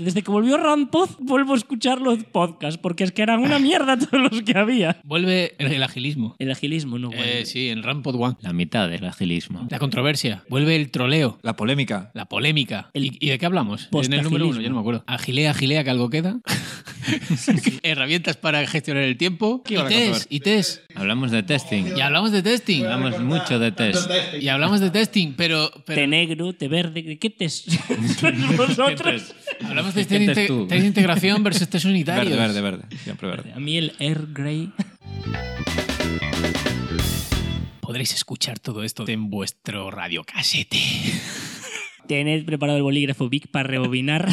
Desde que volvió Rampoz, vuelvo a escuchar los podcasts, porque es que eran una mierda todos los que había. Vuelve el agilismo. El agilismo, no, bueno. Eh, sí, el Rampod One. La mitad del agilismo. La controversia. Vuelve el troleo. La polémica. La polémica. El ¿Y, y de qué hablamos? En el número uno, yo no me acuerdo. Agilea, agilea, que algo queda. Herramientas para gestionar el tiempo. ¿Qué iba a ITs, controversia? ITs. Hablamos de testing. Y hablamos de testing. Hablamos mucho de test. Y hablamos de testing, pero... pero- Té negro, té verde, ¿de ¿qué te sois vosotros? Hablamos de ¿Qué test de, test inte- tú? test de integración versus test unitarios. Verde, verde, verde. Siempre verde. A mí el Air Grey. Podréis escuchar todo esto en vuestro radiocasete. Tened preparado el bolígrafo Big para rebobinar.